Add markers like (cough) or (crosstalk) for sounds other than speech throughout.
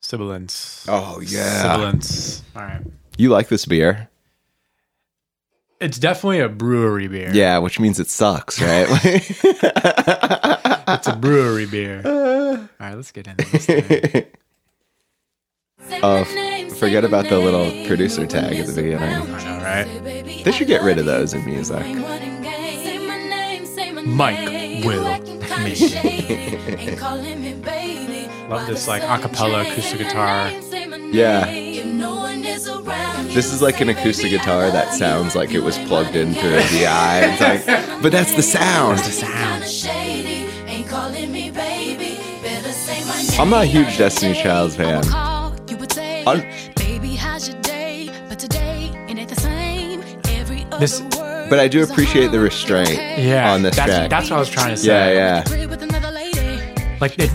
Sibilance. Oh yeah, Sibilance. All right. you like this beer? It's definitely a brewery beer. Yeah, which means it sucks, right? (laughs) It's a brewery (laughs) beer. All right, let's get into this. Thing. Oh, f- forget about the little producer tag at the beginning. I know, right? They should get rid of those in music. Mike will Love this like acapella acoustic guitar. Yeah, This this is like an acoustic guitar that sounds like it was plugged in through a DI. It's like, but that's the sound. I'm not a huge Destiny Childs fan. Un- This- but I do appreciate the restraint Yeah. On this that's, track. That's what I was trying to Yeah, say. yeah. yeah. Like it,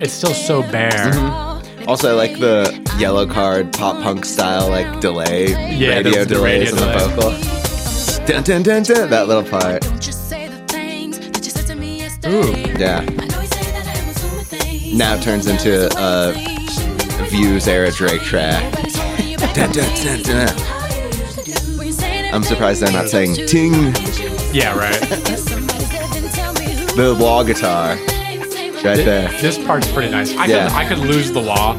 it's still so bare. Mm-hmm. Also, I like the yellow card pop punk style like delay, Yeah, radio the- the delays radio on the delay. vocal. Dun, dun, dun, dun, (laughs) that little part. Ooh. Yeah. Now it turns into a Views era Drake track. Dun, dun, dun, dun. I'm surprised they're not saying ting (laughs) Yeah, right. the wall guitar right there. This part's pretty nice. I Yeah. could I could lose the law.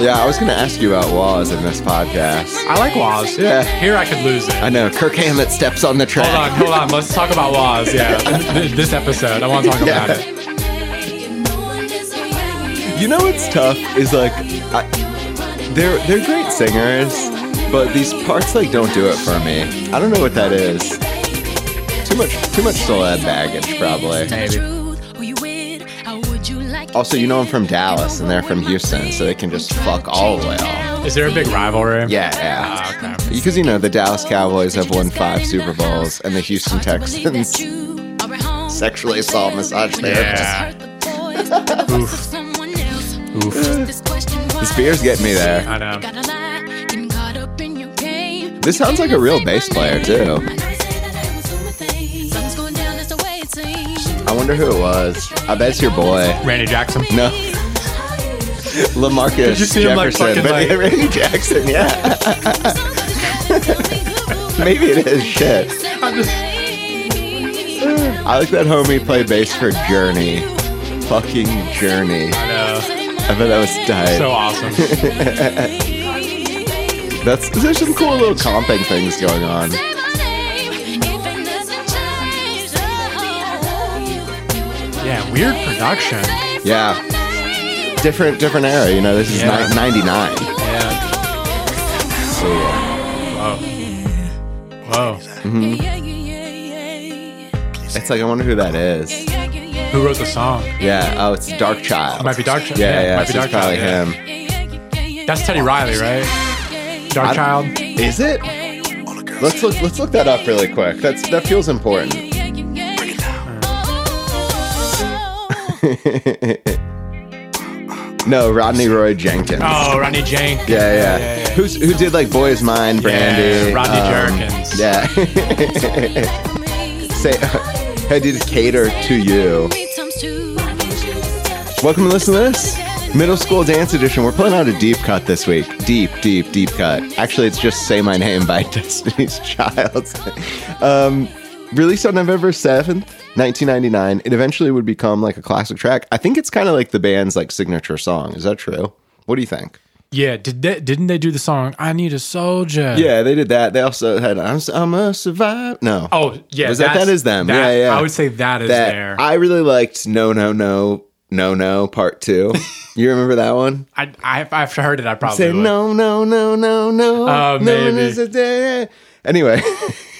Yeah, I was gonna ask you about walls in this podcast. I like laws. Yeah. Here I could lose it. I know Kirk Hammett steps on the track. Hold on, hold on. Let's talk about laws. (laughs) Yeah, Th- this episode, I want to talk about Yeah. it. You know what's tough is like I, they're they're great singers, but these parts like don't do it for me. I don't know what that is. Too much too much soul ad baggage probably. Also, you know I'm from Dallas and they're from Houston, so they can just fuck all the way off. Is there a big rivalry? Yeah, yeah. Ah, okay. Because you know the Dallas Cowboys have won five Super Bowls and the Houston Texans sexually assault massage therapist. Yeah. Oof. Oof. This beer's getting me there. I know. This sounds like a real bass player too. I wonder who it was. I bet it's your boy. Randy Jackson. No. (laughs) Lamarcus Did you see him, like, fucking, Jefferson, but like- yeah, Randy Jackson, yeah. (laughs) Maybe it is shit. (laughs) I like that homie play bass for Journey. Fucking Journey. No. I bet that was tight. (laughs) So awesome. That's there's some cool little comping things going on. Yeah, weird production. Yeah, different different era. You know, this is Yeah. ni- 99. Yeah. So yeah. Whoa. Mm-hmm. it's like I wonder who that is. Who wrote the song? Yeah. Oh, it's Dark Child. It might be Dark Child. Yeah, yeah. might so be Dark it's probably Child, yeah. him. That's Teddy Riley, right? Dark I- Child. Is it? Let's look. Let's look that up really quick. That's that feels important. (laughs) oh. no, Rodney Roy Jenkins. Oh, Rodney Jenkins. Yeah, yeah. Who's who did like Boy Is Mine, Brandy, Rodney um, Jerkins. Yeah. (laughs) Say, (laughs) I did cater to you. Welcome to listen to this middle school dance edition. We're pulling out a deep cut this week. Deep, deep, deep cut. Actually, it's just "Say My Name" by (laughs) Destiny's Child. um, released on November seventh, nineteen ninety nine. It eventually would become like a classic track. I think it's kind of like the band's like signature song. Is that true? What do you think? Yeah. Did they, didn't they do the song "I Need a Soldier"? Yeah, they did that. They also had "I'm, I'm a survivor." No, Oh, yeah. Was that that's- that is them? that- yeah, yeah. I would say that is that there. I really liked "No, No, No, No, No" (laughs) part two. you remember that one? I, I, I've heard it. I probably Say would. no, no, no, no, no. Oh, no maybe. one is a day. Anyway, (laughs)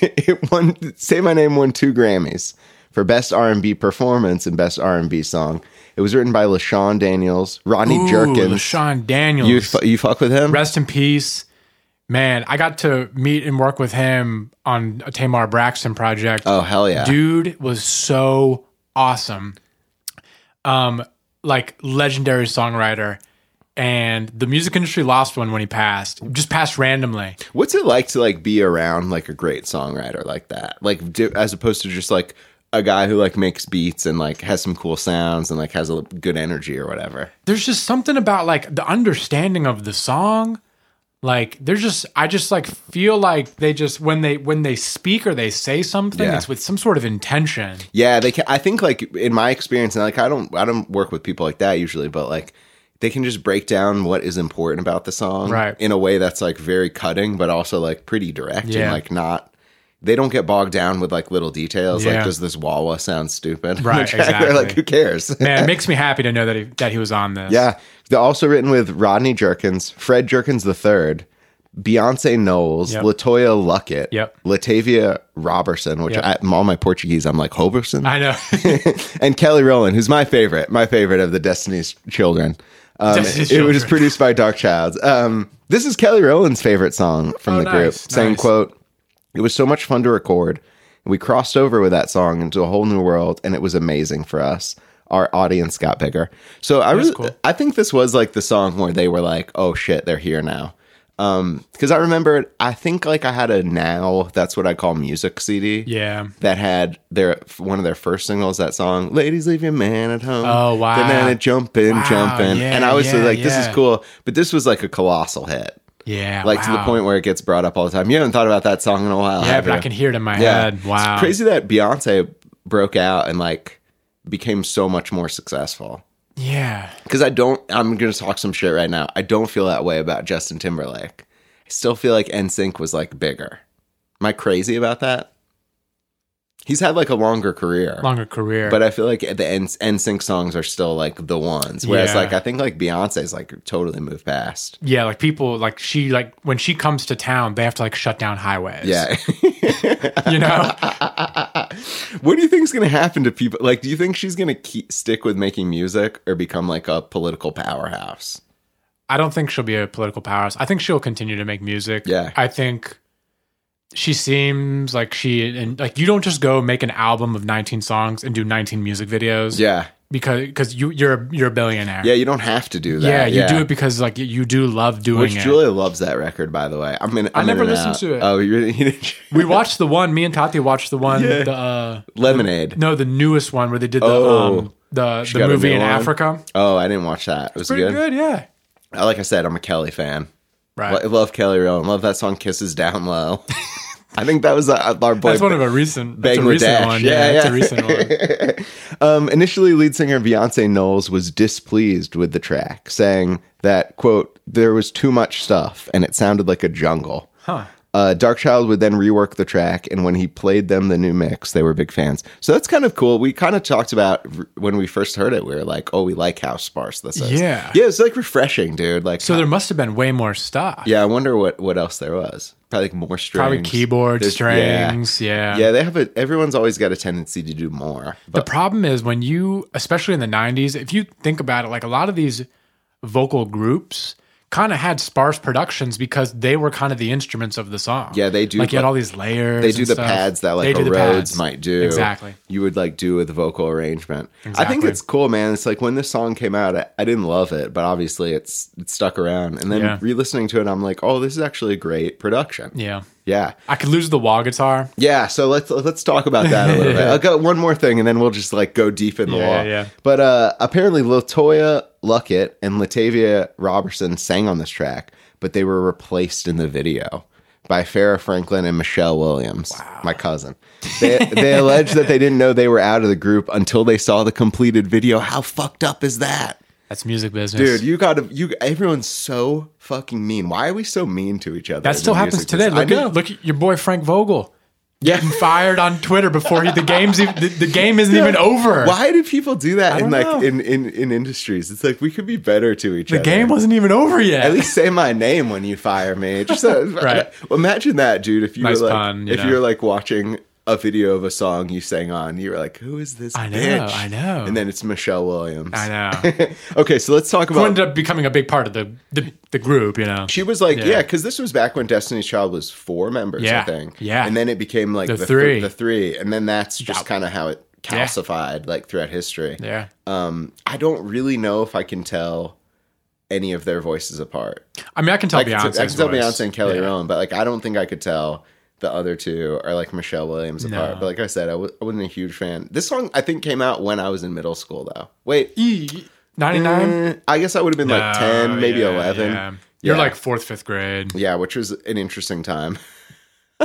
it won. Say my name won two Grammys for best R and B performance and best R and B song. It was written by LaShawn Daniels, Rodney Ooh, Jerkins. LaShawn Daniels. You fu- you fuck with him? Rest in peace. Man, I got to meet and work with him on a Tamar Braxton project. oh hell yeah! Dude was so awesome. Um, like legendary songwriter. And the music industry lost one when he passed. Just passed randomly. What's it like to like be around like a great songwriter like that? Like do, as opposed to just like a guy who like makes beats and like has some cool sounds and like has a good energy or whatever. there's just something about like the understanding of the song like there's just i just like feel like they just when they when they speak or they say something Yeah. it's with some sort of intention Yeah, they can. I think like in my experience, and like I don't, I don't work with people like that usually, but like they can just break down what is important about the song, Right. In a way that's like very cutting, but also like pretty direct and Yeah. like not. They don't get bogged down with like little details, like Yeah. does this wah wah sound stupid? (laughs) on the Right, track? They're like exactly. who cares? (laughs) man it makes me happy to know that he that he was on this yeah, they're also written with Rodney Jerkins, Fred Jerkins III. Beyonce Knowles, Yep. Latoya Luckett, Yep. Latavia Robertson, which Yep. I, all my Portuguese, I'm like Hoberson. i know (laughs) (laughs) and Kelly Rowland, who's my favorite, my favorite of the Destiny's Children. Um, Destiny's it was Children. produced by Doc Childs. Um, this is Kelly Rowland's favorite song from Oh, the group. nice, Saying, nice. quote, it was so much fun to record. We crossed over with that song into a whole new world, and it was amazing for us. Our audience got bigger. So I was, cool. I think this was like the song where they were like, "Oh shit, they're here now." Um, because I remember, I think like I had a now. That's what I call music CD yeah that had their one of their first singles that song ladies leave your man at home Oh, wow. the man jumping Wow, jumping yeah, and i was yeah, like this yeah. is cool but this was like a colossal hit yeah like to the wow. point where it gets brought up all the time you haven't thought about that song in a while yeah have but i you? can hear it in my head It's wow crazy that beyonce broke out and like became so much more successful yeah because i don't i'm gonna talk some shit right now i don't feel that way about justin timberlake i still feel like nsync was like bigger am i crazy about that he's had like a longer career longer career but I feel like the N- NSYNC songs are still like the ones. Whereas Yeah. like I think like Beyonce's like totally moved past. yeah like people like she like when she comes to town they have to like shut down highways Yeah. (laughs) (laughs) you know what do you think's gonna happen to people? Like, do you think she's gonna keep, stick with making music or become like a political powerhouse? I don't think she'll be a political powerhouse. I think she'll continue to make music. Yeah. I think she seems like she and like you don't just go make an album of 19 songs and do 19 music videos. Yeah. Because because you you're a, you're a billionaire. Yeah. You don't have to do that. Yeah, you do it because like you do love doing Which it. Julia loves that record, by the way. I'm in. I'm in never and listened out. to it. Oh, you really? you didn't- (laughs) we watched the one. Me and Tati watched the one. Yeah. The, uh, Lemonade. no, the newest one where they did the Oh. um, the got the a movie new in one? Africa. Oh, I didn't watch that. It was Pretty good. good. Yeah. Uh, Like I said, I'm a Kelly fan. Right. I love Kelly Rowland. Love that song "Kisses Down Low." (laughs) I think that was uh, our boy. that's one of a recent. That's a Bangladesh. recent one. Yeah, yeah. That's yeah. a recent one. (laughs) Um, initially, lead singer Beyonce Knowles was displeased with the track, saying that, quote, there was too much stuff and it sounded like a jungle. Huh. Uh, Darkchild would then rework the track, and when he played them the new mix, they were big fans. So that's kind of cool. We kind of talked about r- when we first heard it, we were like, oh, we like how sparse this is. Yeah. Yeah, it's like refreshing, dude. Like, So there must have been way more stuff. yeah, I wonder what, what else there was. Probably like more strings. Probably keyboard There's- yeah. strings. Yeah. Yeah. they have a, everyone's always got a tendency to do more. But The problem is when you, especially in the 90s, if you think about it, like a lot of these vocal groups kind of had sparse productions because they were kind of the instruments of the song. Yeah, they do Like you had pla- all these layers. they and do the stuff. pads that They like do a the Rhodes pads. might do. Exactly. You would like do with vocal arrangement. I think Exactly. it's cool, man. It's like when this song came out, I, I didn't love it, but obviously it's it stuck around. And then Yeah. re-listening to it, I'm like, oh, this is actually a great production. Yeah. Yeah. I could lose the wah guitar. Yeah, so let's let's talk about that (laughs) a little bit. I'll go one more thing, and then we'll just like go deep in the Yeah, law. yeah, yeah. But uh, apparently, Latoya Luckett and Latavia Robertson sang on this track, but they were replaced in the video by Farrah Franklin and Michelle Williams, my cousin. They, they alleged that they didn't know they were out of the group until they saw the completed video. How fucked up is that? That's music business. Dude, you gotta you. Everyone's so fucking mean. Why are we so mean to each other? in that the still happens music today. business? I Look know. at, look at your boy Frank Vogel. Yeah. (laughs) Getting fired on Twitter before he, the game's even, the, the game isn't even over. Why do people do that don't in like know. in, in in industries? It's like we could be better to each The other. game wasn't even over yet. (laughs) At least say my name when you fire me. Just uh, Right. well, (laughs) imagine that, dude. If you Nice were like, pun, you if know. you were like watching a video of a song you sang on, you were like, "Who is this?" I know, bitch? I know. And then it's Michelle Williams. I (laughs) know. okay, so let's talk who about. ended up becoming a big part of the the, the group, you know. she was like, Yeah. yeah, because this was back when Destiny's Child was four members, I Yeah, think. yeah. and then it became like the, The thr- three. the three, and then that's just Yeah. kind of how it Yeah. calcified like throughout history. Yeah. um, I don't really know if I can tell any of their voices apart. I mean, I can tell I can, Beyonce. I can tell Beyonce and Kelly yeah. Rowland, but like I don't think I could tell the other two are like Michelle Williams apart. No. But like I said, I w- I wasn't a huge fan. This song I think came out when I was in middle school though. Wait, Ninety nine. eh, I guess I would have been like ten, maybe eleven. Oh, You're Yeah. like fourth, fifth grade. Yeah, which was an interesting time. (laughs)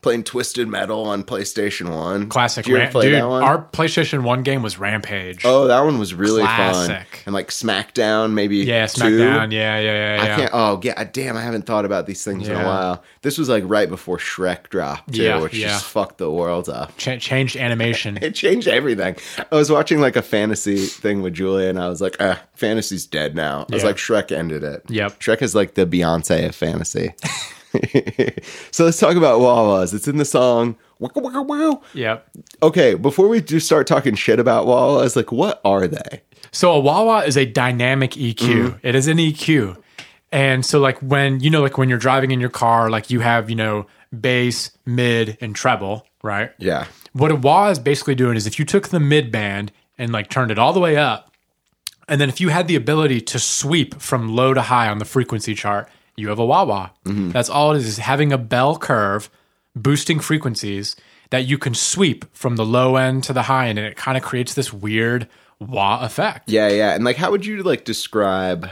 Playing Twisted Metal on PlayStation One, Classic. Did you ever Ram- play Dude, that one? our PlayStation One game was Rampage. oh, that one was really fun. Classic. And like SmackDown, maybe yeah, two? SmackDown. Yeah, yeah, yeah, I yeah. can't. Oh, yeah. Damn, I haven't thought about these things in a Yeah. while. This was like right before Shrek dropped, too, Yeah, which yeah. just fucked the world up. Ch- changed (laughs) animation. It changed everything. I was watching like a fantasy thing with Julia, and I was like, ah, fantasy's dead now. I was Yeah. like, Shrek ended it. Yep. Shrek is like the Beyonce of fantasy. (laughs) so let's talk about Wawas. It's in the song. Waka waka wow. yep. Okay, before we do start talking shit about Wawas, like, what are they? So a Wawa is a dynamic EQ. It is an EQ. And so like when you know like when you're driving in your car like you have, you know, bass, mid and treble, right? Yeah. What a wah is basically doing is if you took the mid band and like turned it all the way up, and then if you had the ability to sweep from low to high on the frequency chart, you have a wah wah. That's all it is, is having a bell curve, boosting frequencies that you can sweep from the low end to the high end, and it kind of creates this weird wah effect. Yeah, yeah. And like, how would you like describe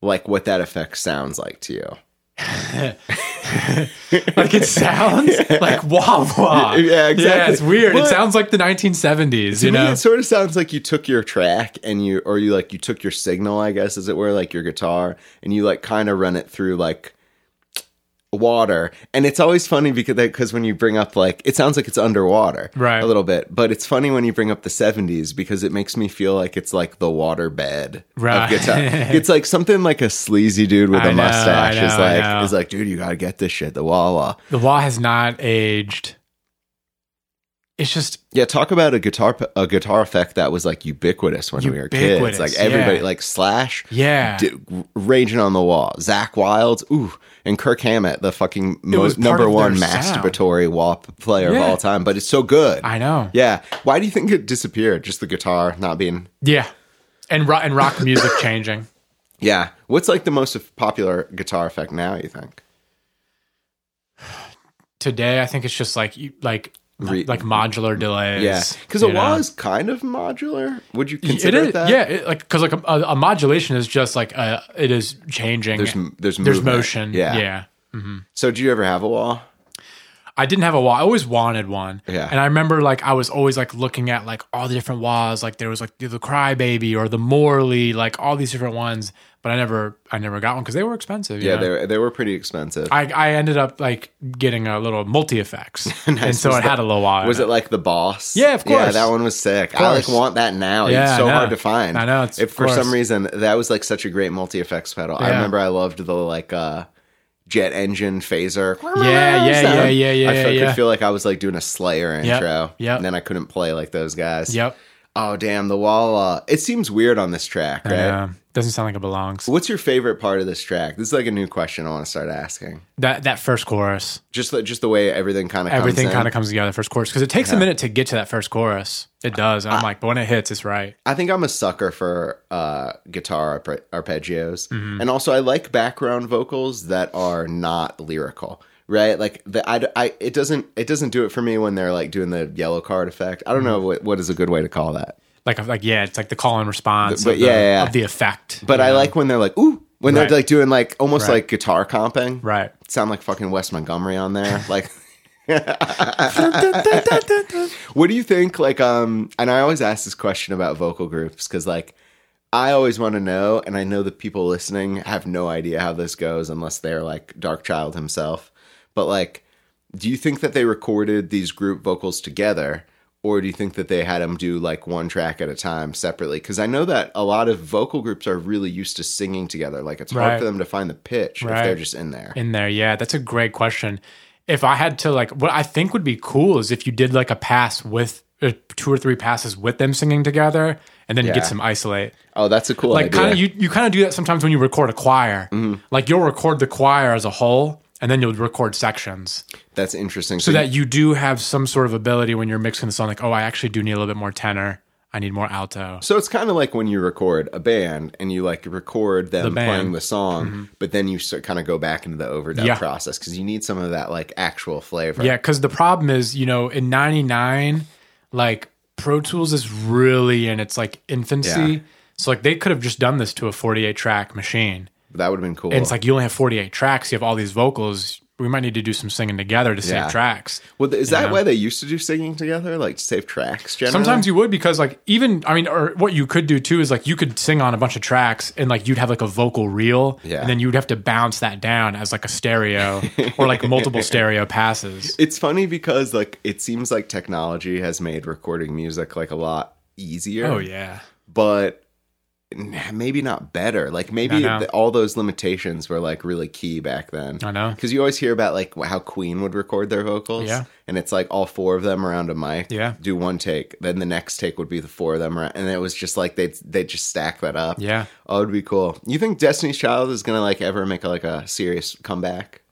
like what that effect sounds like to you? Like it (laughs) sounds like wah wah. Yeah, exactly. Yeah, it's weird. What? It sounds like the 1970s, you To me, know? it sort of sounds like you took your track and you, or you like you took your signal, I guess, as it were, like your guitar, and you like kind of run it through like water. And it's always funny because because when you bring up like it sounds like it's underwater, Right. a little bit. But it's funny when you bring up the '70s because it makes me feel like it's like the water bed Right. (laughs) of guitar. it's like something like a sleazy dude with a I know, I mustache is know, I like know. is like, dude, you gotta get this shit, the Wawa. The wah has not aged. It's just Yeah, talk about a guitar a guitar effect that was like ubiquitous when we were kids. Ubiquitous, Like everybody, yeah. like Slash, yeah. d- raging on the wall. Zach Wilds, ooh, and Kirk Hammett, the fucking mo- was part number of one their sound. masturbatory WAP player of Yeah. all time. But it's so good. I know. yeah. Why do you think it disappeared? Just the guitar not being. Yeah. And rock and rock (coughs) music changing. Yeah. What's like the most popular guitar effect now? You think? Today I think it's just like you- like Re- like modular delays. Yeah, because a you wah know? is kind of modular. Would you it consider is that? yeah, it, like cuz like a, a modulation is just like a, it is changing. There's m- there's There's movement. motion. Yeah. Yeah. So, do you ever have a wah? I didn't have a wah. I always wanted one. Yeah. And I remember like I was always like looking at like all the different wahs. Like there was like the, the Crybaby or the Morley, like all these different ones. But I never I never got one because they were expensive. you Yeah, know? they were- they were pretty expensive. I, I ended up like getting a little multi (laughs) effects, and so Was it had a little wah. in Was it like the boss? Yeah, of Yeah, course. that one was sick. I like course. want that now. Yeah, it's I so know. hard to find. I know, it's- if of for some course. reason that was like such a great multi effects pedal. I Yeah. remember I loved the like uh jet engine phaser. (laughs) Yeah, yeah, sound. yeah, yeah, yeah, I felt, yeah. could feel like I was like doing a Slayer intro. yep. And then I couldn't play like those guys. Yep. Oh damn, the wall. Uh, it seems weird on this track, right? Yeah. Doesn't sound like it belongs. What's your favorite part of this track? This is like a new question I want to start asking. That that first chorus, Just the, just the way everything kind of everything comes in. kind of comes together. First chorus because it takes a minute to get to that first chorus. It does. And I'm like, but when it hits, it's right. I think I'm a sucker for uh, guitar arpe- arpeggios, Mm-hmm. and also I like background vocals that are not lyrical, right? Like the I, I it doesn't it doesn't do it for me when they're like doing the yellow card effect. I don't Mm-hmm. know what, what is a good way to call that, Like like yeah, it's like the call and response. But of the, yeah, yeah, yeah. of the effect. but I like when they're like ooh when Right. they're like doing like almost Right. like guitar comping, right. Sound like fucking Wes Montgomery on (laughs) there, like. What do you think? Like, um, and I always ask this question about vocal groups because, like, I always want to know, and I know the people listening have no idea how this goes unless they're like Dark Child himself. But like, do you think that they recorded these group vocals together, or do you think that they had them do like one track at a time separately? Because I know that a lot of vocal groups are really used to singing together. Like, it's hard Right. for them to find the pitch if Right. they're just in there. in there. Yeah, that's a great question. If I had to like, what I think would be cool is if you did like a pass with uh, two or three passes with them singing together, and then Yeah. get some isolate. Oh, that's a cool like idea. kind of you, you kind of do that sometimes when you record a choir like you'll record the choir as a whole and then you'll record sections that's interesting. so that you do have some sort of ability when you're mixing the song like oh i actually do need a little bit more tenor i I need more alto. So it's kind of like when you record a band and you like record them The band. Mm-hmm. playing the song, but then you so, kind of go back into the overdub Yeah. process because you need some of that like actual flavor. Yeah, because the problem is, you know, in '99, like Pro Tools is really in its like infancy. Yeah. So like they could have just done this to a 48 track machine. That would have been cool. And it's like you only have 48 tracks. You have all these vocals. We might need to do some singing together to save Yeah. tracks. well, th- is that why they used to do singing together, like to save tracks? Generally? Sometimes you would because like even I mean, or what you could do too is like you could sing on a bunch of tracks and like you'd have like a vocal reel, Yeah. and then you'd have to bounce that down as like a stereo or like (laughs) multiple stereo passes. it's funny because like it seems like technology has made recording music like a lot easier. Oh yeah, but n- maybe not better. Like maybe know. th- all those limitations were like really key back then. I know. because you always hear about like how Queen would record their vocals. Yeah. and it's like all four of them around a mic. Yeah. do one take, then the next take would be the four of them, around, and it was just like they they just stack that up. Yeah. oh, it'd be cool. You think Destiny's Child is gonna like ever make like a serious comeback?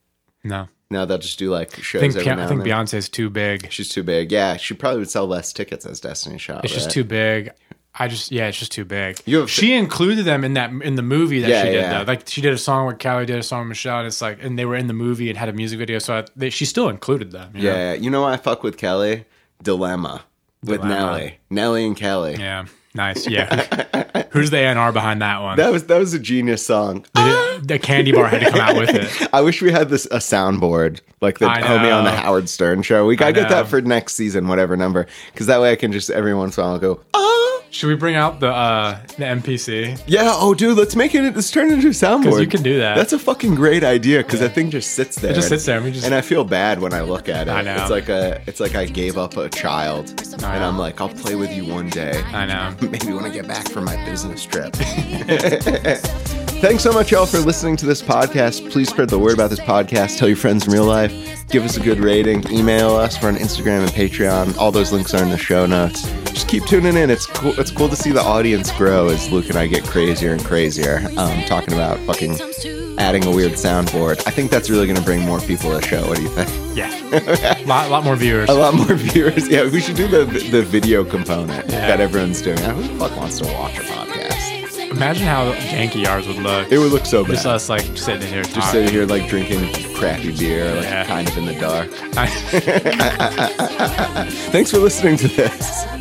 no, No, they'll just do like I shows think every Pia- now I and think then. Beyonce's too big. She's too big. Yeah, she probably would sell less tickets as Destiny's Child. It's just right? too big. I just yeah, it's just too big. You have- she included them in that in the movie that Yeah, she did yeah. though. Like she did a song with Callie, did a song with Michelle, and it's like and they were in the movie and had a music video. So I, they, she still included them. you know? Yeah, you know why I fuck with Kelly? Dilemma with Dilemma. Nelly, Nelly and Kelly. yeah, nice. Yeah, (laughs) who's the A&R behind that one? That was that was a genius song. The- the candy bar had to come out with it. I wish we had this a soundboard like the I homie know. on the Howard Stern show. We gotta get know. that for next season, whatever number, because that way I can just every once in a while go, oh Should we bring out the uh, the MPC? yeah, oh dude, let's make it. Let's turn it into a soundboard. you can do that. That's a fucking great idea because that thing just sits there. just sits there, and we just- and I feel bad when I look at it. I know. It's like a it's like I gave up a child, and know. I'm like, I'll play with you one day. I know. (laughs) maybe when I get back from my business trip. Thanks so much, y'all, for listening to this podcast. Please spread the word about this podcast. Tell your friends in real life. Give us a good rating. Email us. We're on Instagram and Patreon. All those links are in the show notes. Just keep tuning in. It's cool. It's cool to see the audience grow as Luke and I get crazier and crazier. Um, talking about fucking adding a weird soundboard. I think that's really going to bring more people to the show. What do you think? (laughs) Yeah, lot lot more viewers. A lot more (laughs) viewers. Yeah, we should do the the video component that everyone's doing. Who the fuck wants to watch a podcast? Imagine how janky ours would look. It would look so bad. Just us like sitting here Just talking. sitting here like drinking crappy beer, like Yeah. kind of in the dark. Thanks for listening to this.